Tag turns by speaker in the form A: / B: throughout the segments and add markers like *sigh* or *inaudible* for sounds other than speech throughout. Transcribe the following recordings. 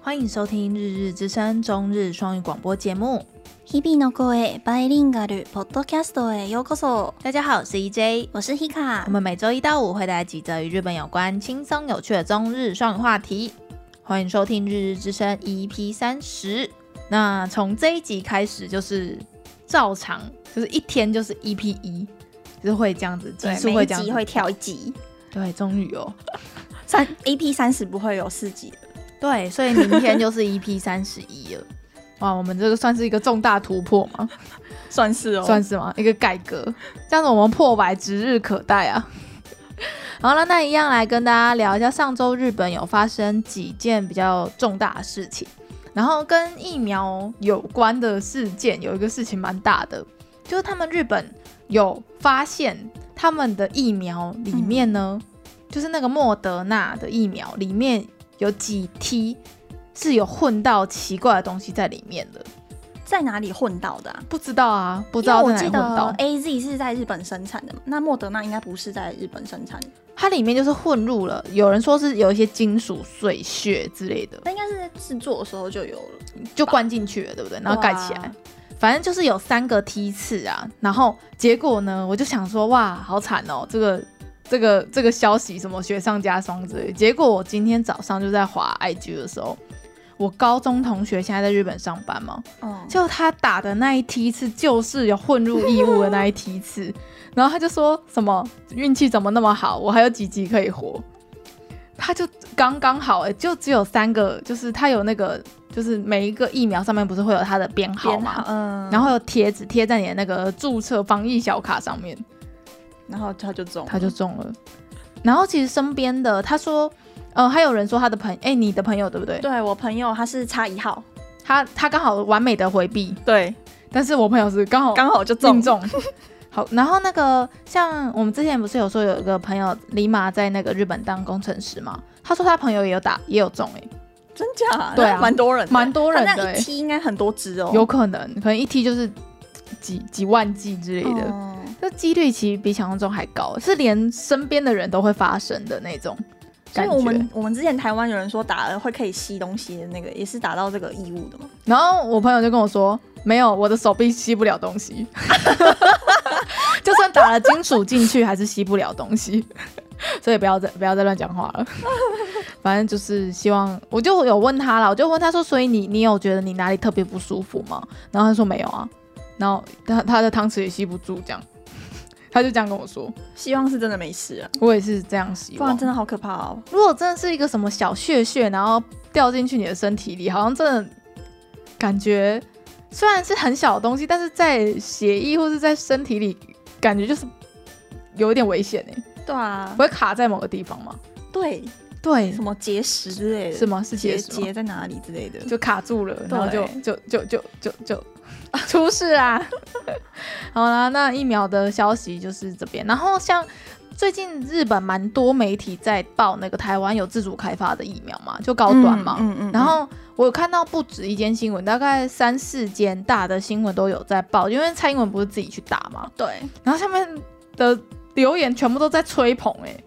A: 欢迎收听《日日之声》中日双语广播节目。
B: 日々の声バイリンガルポッドキャストへようこそ。
A: 大家好，我是 EJ，
B: 我是
A: 我
B: Hika。
A: 们每周一到五会带来几则与日本有关、轻松有趣的中日双语话题。欢迎收听《日日之声》EP 三十。那从这一集开始，就是照常，就是一天就是 EP 一，就是会这样子，集数
B: 每一
A: 这样
B: 集
A: 子。
B: 会跳一集，
A: 对，终于哦。
B: 三 AP 三十不会有四集的。
A: 对，所以明天就是 EP 三十一了。哇，我们这个算是一个重大突破吗？
B: 算是哦
A: 算是吗？一个改革，这样子我们破百指日可待啊！ *laughs* 好了，那一样来跟大家聊一下上周日本有发生几件比较重大的事情，然后跟疫苗有关的事件，有一个事情蛮大的，就是他们日本有发现他们的疫苗里面
B: 嗯
A: 呢，就是那个莫德纳的疫苗里面有几滴是有混到奇怪的东西在里面的，
B: 在哪里混到的、啊？
A: 不知道啊，不知道在哪
B: 因为我
A: 里
B: 记
A: 混
B: 得
A: 到。
B: AZ 是在日本生产的嘛，那莫德纳应该不是在日本生产的，
A: 它里面就是混入了，有人说是有一些金属碎屑之类的，
B: 那应该是在制作的时候就有了。
A: 就灌进去了，对不对？然后
B: 哇
A: 盖起来，反正就是有三个梯次啊。然后结果呢，我就想说，哇，好惨哦，这个这个这个消息什么雪上加霜之类的。结果我今天早上就在滑 IG 的时候，我高中同学现在在日本上班嘛，
B: 哦、
A: 就他打的那一梯次，就是有混入异物的那一梯次， *laughs* 然后他就说什么运气怎么那么好，我还有几集可以活，他就刚刚好、欸，就只有三个，就是他有那个，就是每一个疫苗上面不是会有它的编号
B: 编
A: 嘛，
B: 嗯，
A: 然后有贴纸贴在你的那个注册防疫小卡上面，
B: 然后他就中了，
A: 他就中了。然后其实身边的他说，呃，还有人说他的朋，哎、你的朋友对不对？
B: 对我朋友他是差一号，
A: 他他刚好完美的回避，
B: 对，
A: 但是我朋友是刚好
B: 刚好就中
A: 命中。 *laughs* 好，然后那个像我们之前不是有说有一个朋友李马在那个日本当工程师嘛，他说他朋友也有打也有中哎、
B: 真假？
A: 对啊
B: 那蛮多人的，
A: 蛮多人的欸
B: 他那一批应该很多只哦，
A: 有可能可能一踢就是几几万剂之类的，
B: 哦
A: 这几率其实比想象中还高，是连身边的人都会发生的那种
B: 所
A: 感
B: 以
A: 觉。
B: 我们我们之前台湾有人说打了会可以吸东西的那个，也是打到这个异物的嘛。
A: 然后我朋友就跟我说，没有，我的手臂吸不了东西， *laughs* 就算打了金属进去，还是吸不了东西， *laughs* 所以不要再不要再乱讲话了。反正就是希望，我就有问他了，我就问他说，所以你你有觉得你哪里特别不舒服吗？然后他说没有啊，然后他他的汤匙也吸不住，这样，他就这样跟我说，
B: 希望是真的没事啊，
A: 我也是这样希
B: 不然
A: 望。
B: 真的好可怕哦。
A: 如果真的是一个什么小血血，然后掉进去你的身体里，好像真的感觉虽然是很小的东西，但是在血液或是在身体里，感觉就是有一点危险哎、
B: 对啊
A: 不，会卡在某个地方吗？
B: 对，
A: 对
B: 什，么结石之类的，
A: 是吗？是结
B: 结
A: 石吗
B: 结在哪里之类的，
A: 就卡住了，然后就
B: 对
A: 就就就就
B: *laughs*
A: 就出事啊！ *laughs* 好啦，那疫苗的消息就是这边，然后像。最近日本蛮多媒体在报那个台湾有自主开发的疫苗嘛，就高端嘛，
B: 嗯嗯
A: 然后我有看到不止一间新闻，大概三四间大的新闻都有在报，因为蔡英文不是自己去打嘛，
B: 对，
A: 然后下面的留言全部都在吹捧、欸，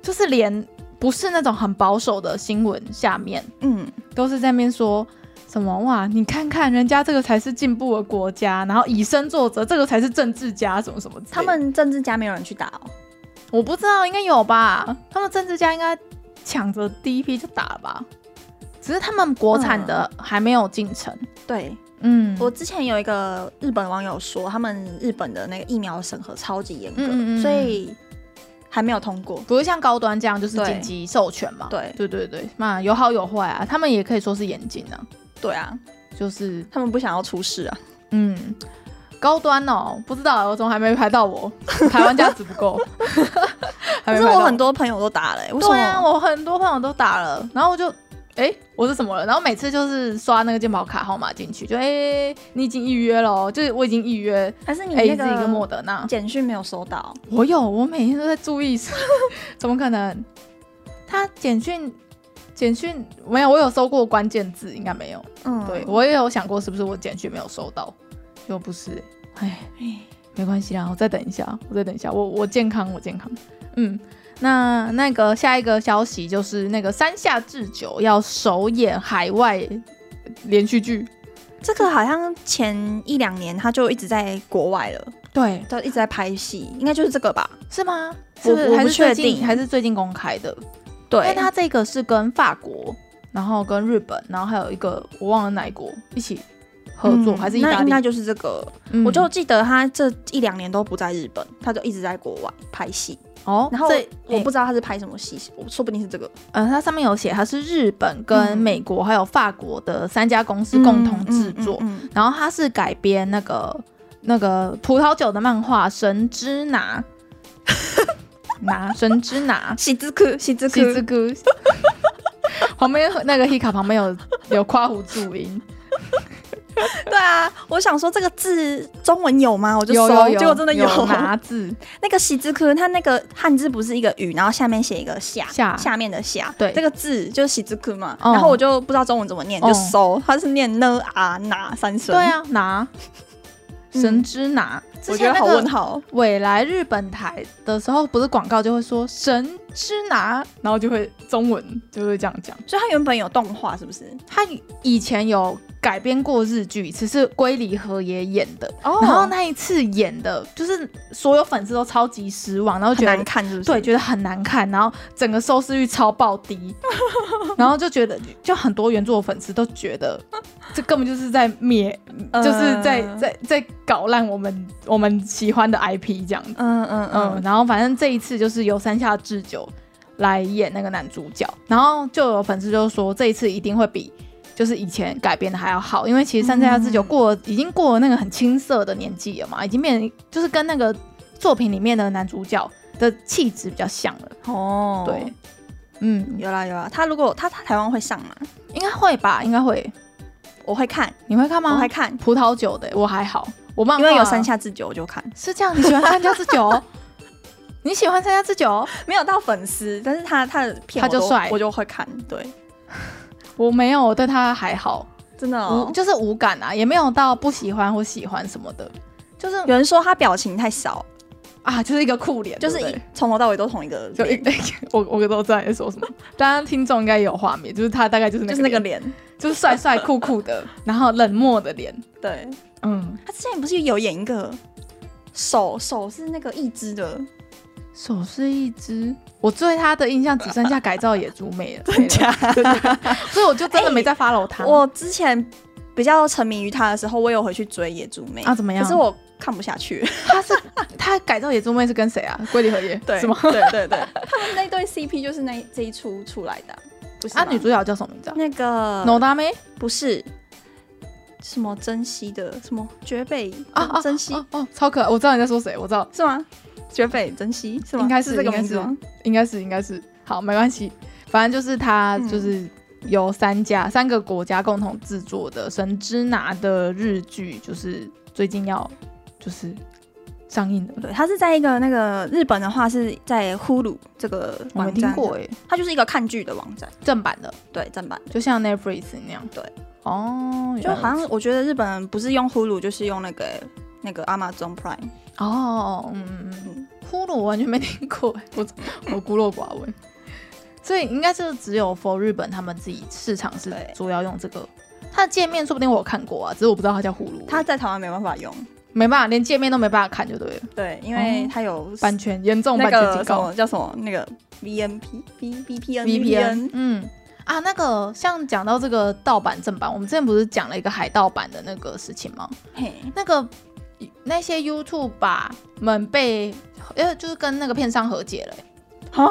A: 就是连不是那种很保守的新闻下面
B: 嗯，
A: 都是在面说。什么哇？你看看人家这个才是进步的国家，然后以身作则，这个才是政治家，什么什么之类的。
B: 他们政治家没有人去打哦，
A: 我不知道，应该有吧？他们政治家应该抢着第一批就打了吧？只是他们国产的
B: 嗯
A: 还没有进城。
B: 对
A: 嗯，
B: 我之前有一个日本网友说，他们日本的那个疫苗审核超级严格，
A: 嗯嗯嗯
B: 所以还没有通过。
A: 不是像高端这样就是
B: 对
A: 紧急授权嘛？
B: 对
A: 对对对，嘛有好有坏啊，他们也可以说是严谨啊，
B: 对啊，
A: 就是
B: 他们不想要出事啊。
A: 嗯。高端哦，不知道，我怎么还没拍到我？台湾价值不
B: *laughs*
A: 够，还
B: 可
A: 没
B: 是
A: 拍到
B: 我很多朋友都打了、欸，为什么？
A: 对啊，我很多朋友都打了，然后我就，哎、我是什么了？然后每次就是刷那个健保卡号码进去，就哎、诶你已经预约了哦，就是我已经预约
B: 还是你
A: A
B: 那
A: Z 跟莫
B: 个
A: 德纳。
B: 简讯没有收到？
A: 我有，我每天都在注意， *laughs* 怎么可能？他简讯简讯没有，我有收过关键字，应该没有。
B: 嗯，
A: 对我也有想过是不是我简讯没有收到，就不是，哎。
B: 哎
A: 没关系啦，我再等一下，我再等一下，我我健康，我健康，嗯，那那个下一个消息就是那个山下智久要首演海外连续剧，
B: 这个好像前一两年他就一直在国外了，
A: 对，
B: 他一直在拍戏，应该就是这个吧？
A: 是吗？
B: 我
A: 是不是
B: 我
A: 还
B: 不
A: 是最
B: 确
A: 近
B: 定
A: 还是最近公开的？因为
B: 对，
A: 它这个是跟法国，然后跟日本，然后还有一个我忘了哪一国一起合作，
B: 嗯
A: 还是意大
B: 那应
A: 利
B: 该？就是这个。
A: 嗯
B: 我就记得他这一两年都不在日本，他就一直在国外拍戏。
A: 哦，
B: 然后
A: 这
B: 我
A: 诶
B: 不知道他是拍什么戏，我说不定是这个。
A: 呃，它上面有写它是日本跟
B: 嗯
A: 美国还有法国的三家公司共同制作，
B: 嗯嗯嗯
A: 然后它是改编那个那个葡萄酒的漫画《神之拿》
B: *laughs*
A: 拿神之拿
B: 嗯。喜之库，喜之库
A: 西，之歌， *laughs* 旁边那个 Hika 旁边有有夸胡注音，
B: 对啊，我想说这个字中文有吗？我就
A: 有
B: 搜，
A: 有有，
B: 结果真的
A: 有
B: 有。
A: 拿字，
B: *laughs* 那个喜之库，它那个汉字不是一个雨，然后下面写一个下
A: 下
B: 下面的下，
A: 啊对
B: 这个字就是喜之库嘛。
A: 嗯
B: 然后我就不知道中文怎么念，就
A: 嗯
B: 搜，它是念呢啊哪三声。
A: 对，啊，拿
B: 嗯
A: 神之拿，之
B: 我觉
A: 前
B: 得
A: 那
B: 好问
A: 个
B: 号。
A: 未来日本台的时候，不是广告就会说神之拿，然后就会中文就会这样讲。
B: 所以它原本有动画是不是？
A: 他以前有改编过日剧，一次是龟梨和也演的，
B: 哦
A: 然后那一次演的就是所有粉丝都超级失望，然后
B: 很
A: 觉得
B: 难看是不是？
A: 对，觉得很难看，然后整个收视率超爆 *laughs* 低，然后就觉得就很多原作粉丝都觉得这根本就是在灭，
B: 呃
A: 就是在在在搞烂我们我们喜欢的 IP 这样子。
B: 嗯嗯
A: 嗯，
B: 嗯，
A: 然后反正这一次就是由山下智久来演那个男主角，然后就有粉丝就说这一次一定会比。就是以前改编的还要好，因为其实山下智久
B: 嗯
A: 过了、已经过了那个很青涩的年纪了嘛，已经变成就是跟那个作品里面的男主角的气质比较像了。
B: 哦，
A: 对，，嗯，
B: 有啦有啦。他如果他他台湾会上吗？
A: 应该会吧，应该会。
B: 我会看，
A: 你会看吗？
B: 我会看，
A: 葡萄酒的，我还好，我漫画
B: 因为有山下智久我就看，
A: 是这样，你喜欢山下智 *laughs* 久？你喜欢山下智久？
B: 没有到粉丝，但是他他的片
A: 他
B: 我都
A: 就帅
B: 我就会看，对，
A: 我没有，我对他还好。
B: 真的
A: 无
B: 哦。
A: 就是无感啊，也没有到不喜欢或喜欢什么的，就是
B: 有人说他表情太少，
A: 啊，就是一个酷脸，
B: 就是
A: 对不
B: 一
A: 对
B: 从头到尾都同一个
A: 就一 *laughs*
B: 脸，
A: 我我都知道你在说什么，当然听众应该也有画面，就是他大概就是那个
B: 就是那个
A: 脸，
B: 脸。
A: 就是帅帅酷酷 *laughs* 的，然后冷漠的脸，
B: 对，
A: 嗯，
B: 他之前不是有演一个手手是那个一只的，
A: 手是一只。我对他的印象只剩下改造野猪妹了， *laughs* 真哎
B: 假？
A: 所以我就 *laughs* 真的没再 follow 他。
B: 我之前比较沉迷于他的时候，我有回去追野猪妹
A: 啊，，怎么样？
B: 可是我看不下去。
A: 他是 *laughs* 他改造野猪妹是跟谁啊？龟梨和也
B: *laughs* 对，
A: 是吗？
B: 对对 *laughs* 对，他们那对 CP 就是那这一出出来的啊，不是吗？
A: 啊，女主角叫什么名字啊？
B: 那个
A: 农大妹
B: 不是什么珍惜的什么绝北
A: 啊啊，
B: 珍惜
A: 哦哦，超可爱！我知道你在说谁，我知道，
B: 是吗？绝北珍惜是吗？
A: 应该是
B: 这个
A: 应该
B: 名字
A: 是
B: 吗？
A: 应该是应该是好，没关系，反正就是他
B: 嗯
A: 就是由三家、三个国家共同制作的《神之拿》的日剧，就是最近要就是上映了。
B: 对，它是在一个那个日本的话是在 Hulu 这个
A: 我没
B: 网
A: 听
B: 站，
A: 过诶、
B: 它就是一个看剧的网站，
A: 正版的，
B: 对，正版。
A: 就像 Netflix 那样。
B: 对，
A: 哦，
B: 就好像我觉得日本人不是用 Hulu 就是用那个那个 Amazon Prime，
A: 哦，嗯嗯嗯
B: 嗯，
A: 呼噜我完全没听过欸，我我孤陋寡闻，所以应该是只有 for 日本他们自己市场是
B: 对
A: 主要用这个。它的界面说不定我有看过啊，只是我不知道它叫呼噜，
B: 它在台湾没办法用，
A: 没办法，连界面都没办法看，就对了，
B: 对，因为
A: 哦
B: 它有
A: 版权严重
B: 那
A: 版权警
B: 个什
A: 告
B: 么叫什么那个 VNP V VPN
A: ，VPN，嗯。啊，那个像讲到这个盗版正版，我们之前不是讲了一个海盗版的那个事情吗？
B: 嘿，
A: 那个那些 YouTube 吧们被呃就是跟那个片商和解了、欸，
B: 啊，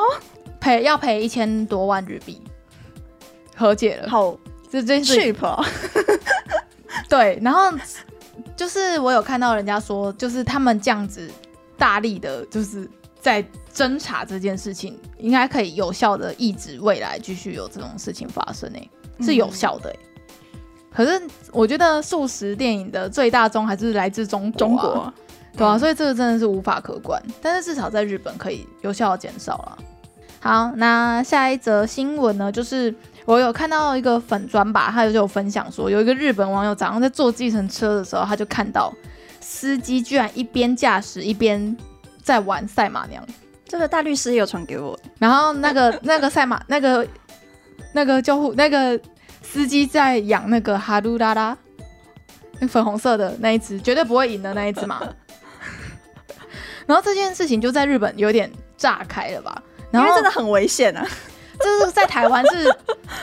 A: 赔要赔一千多万日币，和解了。
B: 好
A: 这件事
B: cheap 哦，
A: 对，然后就是我有看到人家说，就是他们这样子大力的，就是在侦查这件事情，应该可以有效的抑制未来继续有这种事情发生诶、是
B: 嗯
A: 有效的、欸。可是我觉得素食电影的最大宗还是来自中国、啊
B: 中国，
A: 对啊，
B: 嗯
A: 所以这个真的是无法可管，但是至少在日本可以有效的减少了。好，那下一则新闻呢，就是我有看到一个粉砖吧，他就有分享说，有一个日本网友早上在坐计程车的时候，他就看到司机居然一边驾驶一边在玩赛马娘，
B: 这个大律师也有传给我，
A: 然后那个
B: *laughs*
A: 那个赛马那个那个救护那个司机在养那个哈鲁拉拉，那粉红色的那一只，绝对不会赢的那一只
B: *laughs*
A: 嘛。然后这件事情就在日本有点炸开了吧？然
B: 因为
A: 后
B: 真的很危险啊。
A: 这是在台湾
B: *laughs*
A: 是，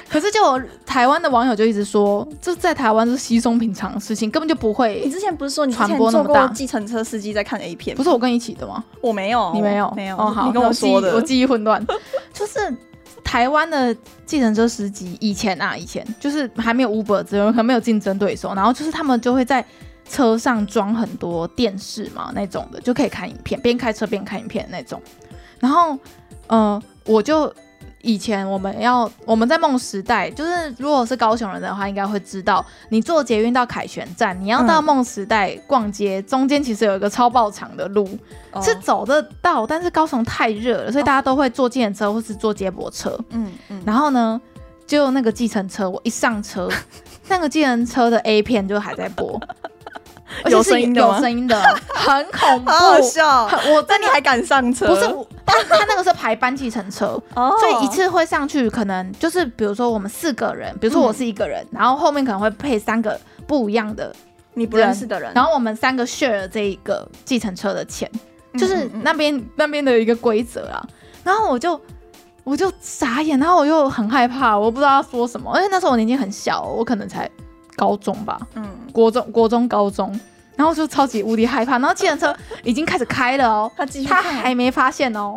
A: 可是就有台湾的网友就一直说，这在台湾是稀松平常的事情，根本就不
B: 你
A: 会。
B: 之前不是说你之
A: 传
B: 前
A: 播那
B: 做
A: 么大
B: 过计程车司机在看 A 片？
A: 不是我跟你一起的吗？
B: 我没有，
A: 你没有？
B: 没有。
A: 哦，好，
B: 你跟
A: 那
B: 我说的
A: 记忆我，记忆混乱。
B: *laughs*
A: 就是台湾的计程车司机以前啊，以前就是还没有 Uber 之前，可能没有竞争对手，然后就是他们就会在车上装很多电视嘛那种的，就可以看影片，边开车边看影片那种。然后，呃，我就以前我们要我们在梦时代，就是如果是高雄人的话，应该会知道，你坐捷运到凯旋站，你要到
B: 嗯
A: 梦时代逛街，中间其实有一个超爆长的路，
B: 哦
A: 是走得到，但是高雄太热了，所以大家都会坐计程车或是坐接驳车。
B: 嗯嗯，
A: 然后呢，就那个计程车，我一上
B: *laughs*
A: 车，那个计程车的 A 片就还在播，而且
B: 有
A: 是
B: 声音的
A: 有
B: 吗
A: 声音
B: *laughs*
A: 的，很恐怖
B: 好。好笑。
A: 很我
B: 那
A: 真
B: 你
A: 的
B: 还敢上车？
A: 不是我他，他那个是排班计程车，
B: 哦，
A: 所以一次会上去，可能就是比如说我们四个人，比如说
B: 嗯
A: 我是一个人，然后后面可能会配三个不一样的，
B: 你不认识的人，
A: 然后我们三个 share 这一个计程车的钱。
B: 嗯
A: 就是
B: 嗯嗯
A: 那边、那边的一个规则啦。然后我就我就傻眼，然后我又很害怕，我不知道要说什么，而且那时候我年纪很小，我可能才高中吧，
B: 嗯，
A: 国中、国中、高中，然后就超级无敌害怕。然后计程车已经开始开了
B: *laughs*
A: 哦，
B: 他继续
A: 他
B: 看，
A: 还没发现哦，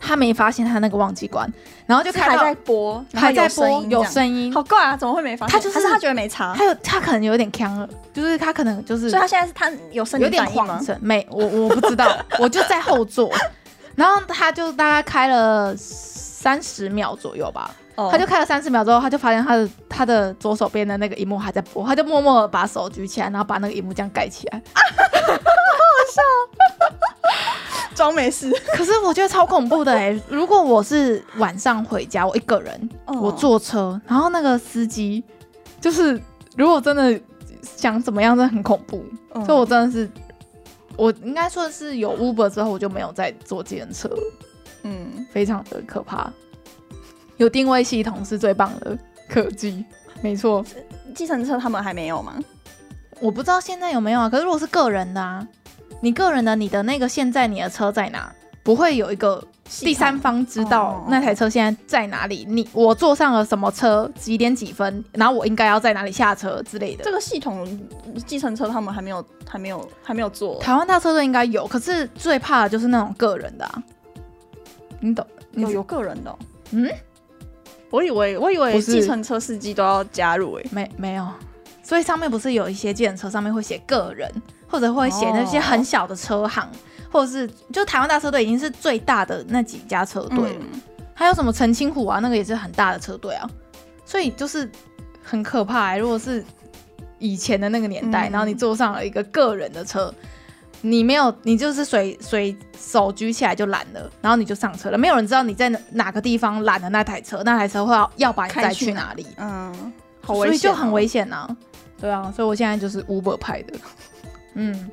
A: 他没发现他那个忘记关，然后就是开
B: 还
A: 到
B: 在播，然后
A: 还在播，
B: 音
A: 有
B: 这样
A: 声音，
B: 好怪啊，怎么会没发现？
A: 他就是
B: 还他觉得没查，
A: 他有他可能有点呛了，就是他可能就是
B: 所以他现在是他有生
A: 有
B: 理
A: 点
B: 反应
A: 晃
B: 吗？
A: 神，没，我我不知道，我就在后座，然后他就大概开了三十秒左右吧，
B: 哦
A: 他就开了三十秒之后，他就发现他的他的左手边的那个荧幕还在播，他就默默的把手举起来，然后把那个荧幕这样盖起来。
B: 装没事。
A: 可是我觉得超恐怖的哎、如果我是晚上回家，我一个人，
B: 哦
A: 我坐车，然后那个司机就是如果真的想怎么样，真的很恐怖。
B: 嗯
A: 所以我真的是，我应该说是有 Uber 之后，我就没有再坐计程车了。
B: 嗯，
A: 非常的可怕。有定位系统是最棒的科技，没错。
B: 计程车他们还没有吗？
A: 我不知道现在有没有啊，可是如果是个人的啊，你个人的你的那个现在你的车在哪，不会有一个第三方知道
B: 哦
A: 那台车现在在哪里，你我坐上了什么车，几点几分，然后我应该要在哪里下车之类的
B: 这。个系统，计程车他们还没有，还没有，还没有做。
A: 台湾大车队应该有，可是最怕的就是那种个人的、啊，你懂？你
B: 有有个人的哦、
A: 嗯，
B: 我以为我以
A: 不
B: 为
A: 是
B: 计程车司机都要加入诶、
A: 没没有，所以上面不是有一些计程车上面会写个人，或者会写那些
B: 哦
A: 很小的车行，或者是就台湾大车队已经是最大的那几家车队了，
B: 嗯
A: 还有什么澄清湖啊，那个也是很大的车队啊，所以就是很可怕、欸。如果是以前的那个年代，
B: 嗯
A: 然后你坐上了一个个人的车。你没有，你就是随随手举起来就拦了，然后你就上车了，没有人知道你在哪哪个地方拦了那台车，那台车会要要把你
B: 开
A: 载
B: 去
A: 去
B: 哪
A: 哪里。
B: 嗯，好
A: 所
B: 危险哦、
A: 以就很危险呐、对啊，所以我现在就是 Uber 派的。 *laughs* 嗯，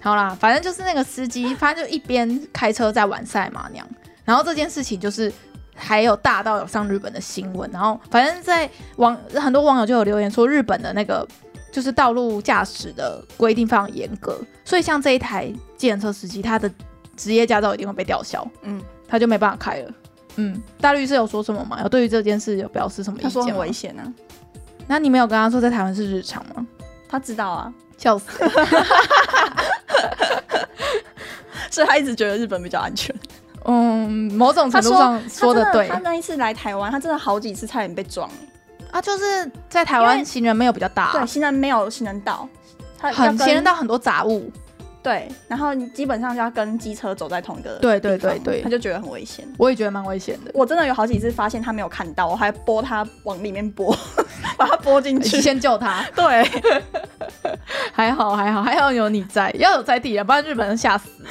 A: 好啦，反正就是那个司机，反正就一边开车在玩赛马娘。然后这件事情就是还有大到有上日本的新闻，然后反正在网很多网友就有留言说，日本的那个就是道路驾驶的规定非常严格，所以像这一台计程车司机，他的职业驾照一定会被吊销，
B: 嗯，
A: 他就没办法开了。嗯，大律师有说什么吗？有对于这件事有表示什么意
B: 他
A: 见
B: 说很
A: 吗
B: 危险啊，
A: 那你没有跟他说在台湾是日常吗？
B: 他知道啊，
A: 笑死！
B: 所以他一直觉得日本比较安全。
A: 嗯，某种程
B: 他
A: 度上说
B: 的
A: 的对
B: 他那一次来台湾，他真的好几次差点被撞。
A: 啊，就是在台湾
B: 因为
A: 行人没有比较大、
B: 对，行人没有行人道，他要
A: 啊很
B: 跟
A: 行人道很多杂物，
B: 对，然后你基本上就要跟机车走在同一个
A: 对对
B: 地方
A: 对对
B: 他就觉得很危险。
A: 我也觉得蛮危险
B: *laughs*
A: 的。
B: 我真的有好几次发现他没有看到，我还拨他往里面拨， *laughs* 把他拨进去。
A: 先救他，
B: 对，
A: 还好还好，还好有你在，要有在地啊人，不然日本人吓死了。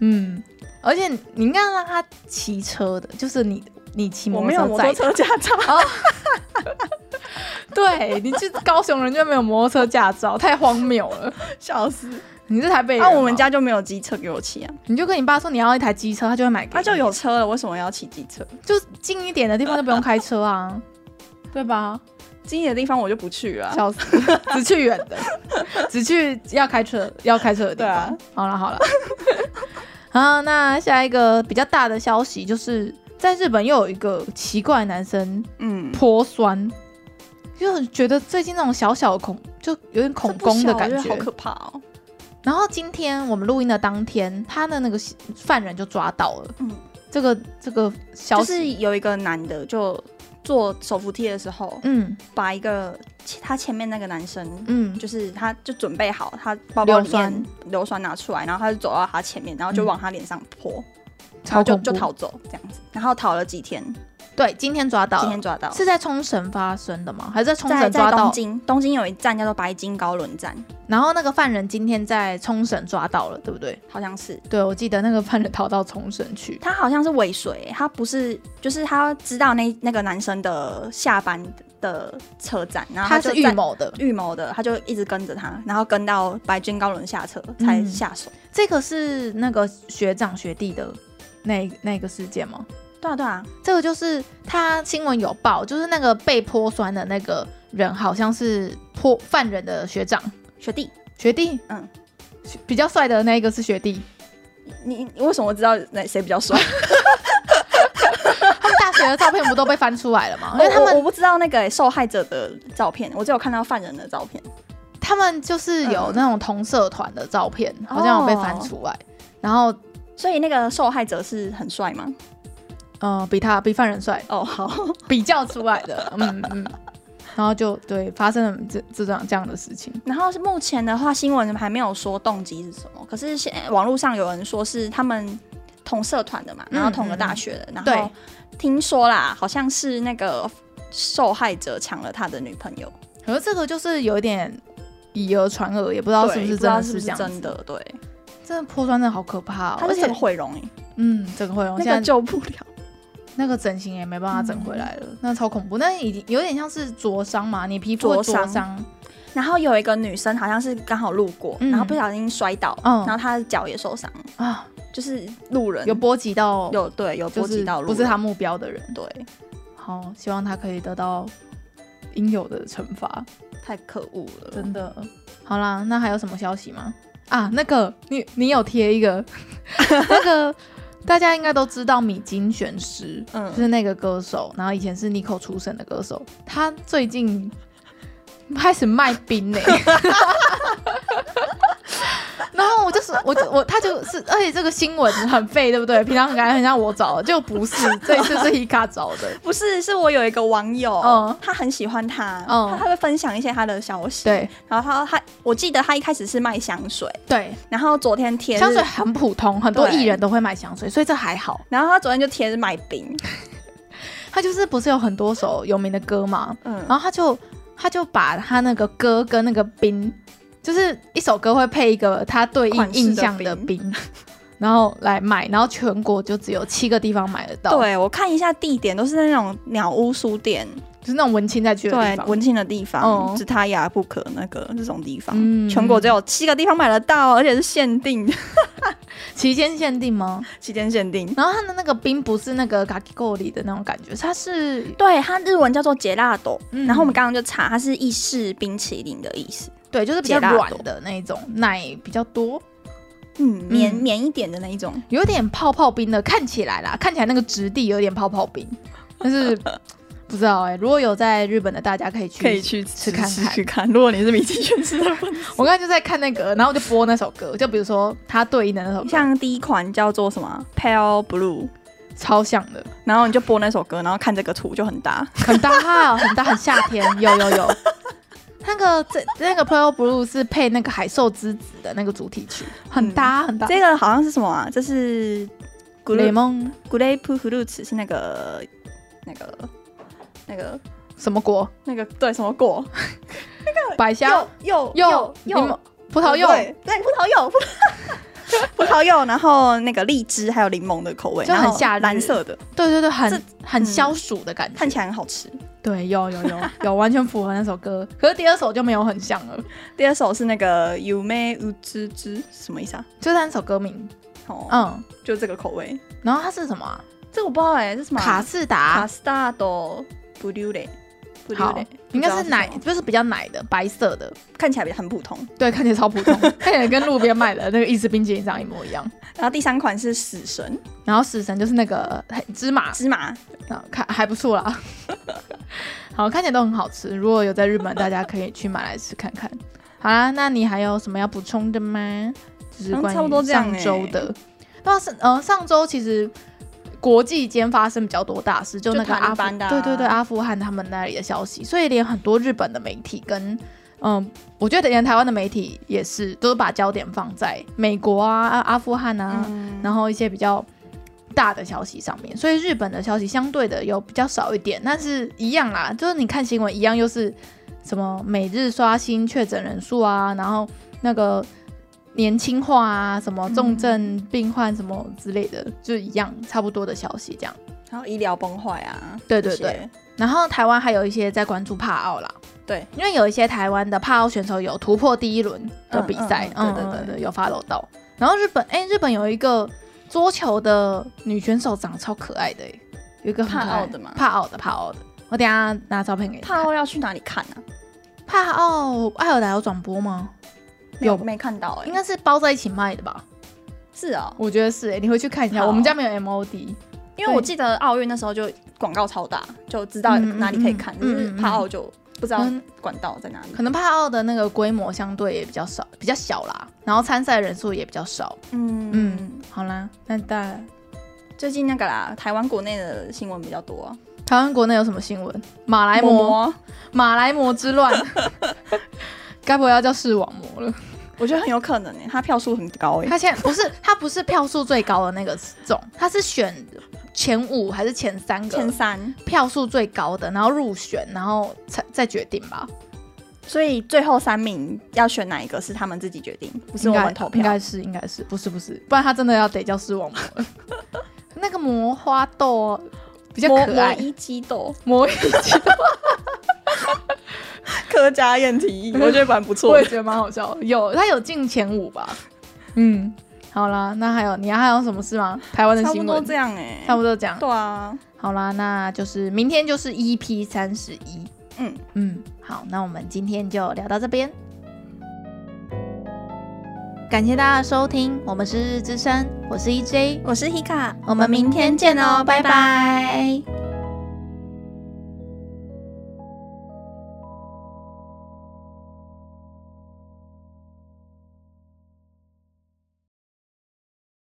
A: 嗯，而且你应该让他骑车的，就是你你骑
B: 我
A: 摩
B: 没有摩
A: 托
B: 托
A: 车 *laughs* 载，
B: 车驾照，
A: 对你去高雄人就没有摩托车驾照，太荒谬了。
B: 笑死。
A: 你是台北人哦、
B: 那、啊我们家就没有机车给我骑啊，
A: 你就跟你爸说你要一台机车，他就会买给你。
B: 他就有车了，为什么要骑机车？
A: 就近一点的地方就不用开车
B: *laughs*
A: 啊，对吧？
B: 近一点的地方我就不去了啊。 *laughs*
A: 笑死，只去远的，只去要开车要开车的地
B: 对啊
A: 方。好了好 *laughs* 了，好，那下一个比较大的消息就是，在日本又有一个奇怪的男生
B: 嗯，
A: 泼酸，就很觉得最近那种小小的恐，就有点恐攻的感
B: 这不小
A: 觉
B: 我得好。可怕哦。
A: 然后今天我们录音的当天，他的那个犯人就抓到了。
B: 嗯
A: 这个这个消
B: 就
A: 息，
B: 是有一个男的就坐手扶梯的时候，
A: 嗯
B: 把一个他前面那个男生，
A: 嗯，
B: 就是他就准备好他包包
A: 硫
B: 里
A: 酸
B: 面硫酸拿出来，然后他就走到他前面，然后就
A: 嗯
B: 往他脸上泼，然
A: 超
B: 后就
A: 恐
B: 就
A: 怖。
B: 逃走这样子，然后逃了几天，
A: 对，今天抓到
B: 今
A: 了
B: 天，抓到。
A: 是在冲绳发生的吗？还是在冲
B: 在
A: 绳
B: 在
A: 抓
B: 东
A: 到？
B: 京，东京有一站叫做白金高轮站，
A: 然后那个犯人今天在冲绳抓到了，对不对？
B: 好像是
A: 对，我记得那个犯人逃到冲绳去。
B: 他好像是尾随，他不是就是他知道那那个男生的下班的车站，然后
A: 他
B: 就是
A: 预
B: 在
A: 谋的，
B: 预谋的，他就一直跟着他，然后跟到白金高轮下车才
A: 嗯
B: 下手。
A: 这个是那个学长学弟的那那个事件吗？
B: 对啊，对啊，
A: 这个就是他新闻有报，就是那个被泼酸的那个人好像是泼犯人的学长
B: 学弟，
A: 学弟，
B: 嗯
A: 学，比较帅的那一个是学弟，
B: 你你为什么知道哪谁比
A: *laughs*
B: 较帅？
A: 他们大学的照片不都被翻出来
B: *laughs*
A: 了吗？因
B: 因
A: 为
B: 为
A: 他
B: 他们
A: 们
B: 我不知道那个受害者的照片，我只有看到犯人的照片。
A: 他们就是有
B: 嗯
A: 那种同社团的照片，
B: 哦
A: 好像有被翻出来，然后
B: 所以那个受害者是很帅吗？
A: 呃比他比犯人
B: *laughs*
A: 帅
B: 哦，好，
A: 比较出来
B: *laughs*
A: 的，嗯嗯，然后就对发生了这这种这样的事情，
B: 然后是目前的话，新闻还没有说动机是什么，可是现网络上有人说是他们同社团的嘛，
A: 嗯
B: 然后同个大学的，然
A: 对
B: 后听说啦，好像是那个受害者抢了他的女朋友，
A: 可是这个就是有一点以讹传讹，也不知道是
B: 对
A: 不
B: 不
A: 是
B: 知
A: 真
B: 道
A: 的
B: 是不
A: 这
B: 是
A: 样子
B: 真的？对，
A: 真的破砖真的好可怕、哦，
B: 他
A: 而
B: 是
A: 且
B: 整毁容哎，
A: 嗯，整回容
B: 那
A: 现在
B: 个嗯救不了。
A: 那个整形也没办法整回来了，那超恐怖，那已经有点像是灼伤嘛，你皮肤会
B: 灼伤
A: 灼伤，
B: 然后有一个女生好像是刚好路过，
A: 嗯
B: 然后不小心摔倒，
A: 嗯
B: 然后她的脚也受伤，
A: 啊，
B: 就是路人
A: 有波及到
B: 有对有
A: 就
B: 波及
A: 是
B: 到路
A: 不
B: 人，
A: 是他目标的人，
B: 对，
A: 好，希望他可以得到应有的惩罚，
B: 太可恶了。
A: 真的。好啦，那还有什么消息吗？啊，那个你你有贴一个 *laughs* 那个。大家应该都知道米津玄师，
B: 嗯
A: 就是那个歌手，然后以前是 Nico 出身的歌手，他最近开始卖冰呢、 *laughs* 然后我就是我就我他就是，而且这个新闻很废，对不对？平常感觉很像我找的，就不是，这一次是 Hika 找的。
B: 不是，是我有一个网友，
A: 嗯
B: 他很喜欢他，
A: 嗯
B: 他他会分享一些他的消息。，
A: 对
B: 然后他他，我记得他一开始是卖香水，
A: 对，
B: 然后昨天贴日
A: 香水，很普通，很多
B: 对
A: 艺人都会买香水，所以这还好。
B: 然后他昨天就贴是卖冰，
A: 他就是不是有很多首有名的歌嘛，
B: 嗯，
A: 然后他就他就把他那个歌跟那个冰，就是一首歌会配一个他对应
B: 款式的
A: 印象的
B: 冰
A: 冰，然后来买，然后全国就只有七个地方买得到，，
B: 对我看一下地点，都是那种鸟屋书店，
A: 就是那种文青在去的地
B: 对
A: 方。
B: 文青的地方，
A: 嗯
B: 只他雅不可那个这种地方，
A: 嗯
B: 全国只有七个地方买得到，而且是限定 *laughs*
A: 期间限定吗？
B: 期间限定。
A: 然后它的那个冰不是那个 kakigori 的那种感觉，它是
B: 对，它日文叫做杰拉斗，
A: 嗯
B: 然后我们刚刚就查，它是意式冰淇淋的意思，
A: 对，就是比较
B: gelato
A: 软的那一种，奶比较多，
B: 嗯，绵
A: 嗯
B: 绵一点的那一种。
A: 有点泡泡冰的，看起来啦，看起来那个质地有点泡泡冰，但 *laughs* 是不知道哎、如果有在日本的，大家可以去。
B: 去吃
A: 看看
B: 去看。如果你是米奇圈吃的粉丝，
A: 我刚才就在看那个，然后我就播那首歌，就比如说它对应的那首歌，
B: 像第一款叫做什么啊 Pale Blue，
A: 超像的，
B: 然后你就播那首歌，然后看这个图就
A: *laughs*
B: 很搭。
A: 很搭、很搭，很夏 *laughs* 天，有有有。那个这那个 Pearl Blue 是配那个海兽之子的那个主题曲，嗯很搭很搭。
B: 这个好像是什么啊？这是古
A: 雷
B: 雷
A: 蒙
B: 古雷普葫芦籽是那个那个那个
A: 什么 *laughs* 果？
B: 那个对什么果？
A: 百香
B: 柚
A: 柚柠檬葡萄柚，
B: 对对葡萄柚，葡萄 *laughs* 葡萄柚，然后那个荔枝还有柠檬的口味，
A: 就很
B: 然后
A: 夏日
B: 蓝色的，
A: 对对对，很
B: 这
A: 很
B: 嗯
A: 消暑的感觉，
B: 看起来很好吃。
A: 对，有有有有，完全符合那首歌。可是第二首就没有很像了，
B: 第二首是那个 You May u 之之，什么意思啊？
A: 就三首歌名。
B: 哦，
A: 嗯，
B: 就这个口味。
A: 然后它是什么啊、
B: 这个我不知道哎、这是什么啊？
A: 卡士达
B: 卡，斯达多布鲁雷，布鲁
A: 好
B: 雷，
A: 应该
B: 不
A: 是
B: 知道
A: 奶
B: 什么，
A: 就是比较奶的，白色的。
B: 看起来比很普通。
A: 对，看起来超普通， *laughs* 看起来跟路边卖的那个意式冰淇淋长一模一样。
B: 然后第三款是死神
A: 然后死神就是那个黑芝麻，
B: 芝麻，
A: 然后看还不错啦。 *laughs* 好，看起来都很好吃。如果有在日本，大家可以去买来吃看看。好啦，那你还有什么要补充的吗？就是
B: 好像
A: 关
B: 差不多
A: 于
B: 这样欸
A: 上周的，对啊，是呃，上周其实国际间发生比较多大事，就
B: 就
A: 那个
B: 塔利
A: 阿富
B: 班的啊
A: 对对对，阿富汗他们那里的消息，所以连很多日本的媒体跟嗯，我觉得连台湾的媒体也是，都是把焦点放在美国啊、啊阿富汗啊，
B: 嗯，
A: 然后一些比较大的消息上面，所以日本的消息相对的有比较少一点，但是一样啦，就是你看新闻一样，又是什么每日刷新确诊人数啊，然后那个年轻化啊，什么重症病患什么之类的，就一样差不多的消息这样。
B: 然后医疗崩坏啊，
A: 对对
B: 这些
A: 对，然后台湾还有一些在关注帕奥啦，
B: 对，
A: 因为有一些台湾的帕奥选手有突破第一轮的比赛，
B: 嗯
A: 对
B: 嗯嗯对
A: 对
B: 对
A: 对
B: 对
A: 有 follow 到。然后日本，哎、日本有一个桌球的女选手长得超可爱的、哎有一个很可爱
B: 帕奥的吗
A: 帕奥的，帕奥的，我等一下拿照片给你看。
B: 帕奥要去哪里看啊？
A: 帕奥爱尔兰有转播吗？
B: 没有
A: 有
B: 没看到哎、
A: 应该是包在一起卖的吧？
B: 是哦，
A: 我觉得是、哎，你回去看一下。
B: 好
A: 我们家没有 MOD，
B: 因为我记得奥运那时候就广告超大，就知道
A: 嗯嗯
B: 哪里可以看，
A: 嗯
B: 只是
A: 嗯嗯
B: 帕奥就不知道
A: 嗯
B: 管道在哪里。
A: 可能帕奥的那个规模相对也比较少，比较小啦，然后参赛人数也比较少。
B: 嗯
A: 嗯，好啦，那大家
B: 最近那个啦，台湾国内的新闻比较多、啊，
A: 台湾国内有什么新闻？马来
B: 魔
A: 魔
B: 魔，
A: 马来魔之 *laughs* 乱，该不会要叫视网膜了？
B: 我觉得很有可能哎、他票数很高哎、
A: 他现在不是他不是票数最高的那个种，他是选前五还是前三
B: 前
A: 个
B: 三，
A: 票数最高的，然后入选，然后才再决定吧。
B: 所以最后三名要选哪一个是他们自己决定，不是我
A: 应该
B: 们投
A: 应
B: 票。
A: 该是应该是不是不是，不然他真的要得叫视网膜了。 *laughs* 那个魔花豆哦比较
B: 魔
A: 可
B: 魔
A: 爱，
B: 一激斗， *laughs*
A: 魔一起，
B: 柯佳燕提议， *laughs* 我觉得蛮不
A: 我
B: 错
A: 也
B: 的。
A: 觉得蛮好笑的。
B: *laughs*
A: 有他有进前五吧？嗯，好啦，那还有你还有什么事吗？台湾的
B: 差不
A: 新
B: 多
A: 闻
B: 这样哎、
A: 差不多这样。
B: 对啊，
A: 好啦，那就是明天就是 EP 三十一。
B: 嗯
A: 嗯，好，那我们今天就聊到这边。感谢大家的收听，我们是日之声，我是 E EJ，
B: 我是 Hika，
A: 我们明天见哦，拜拜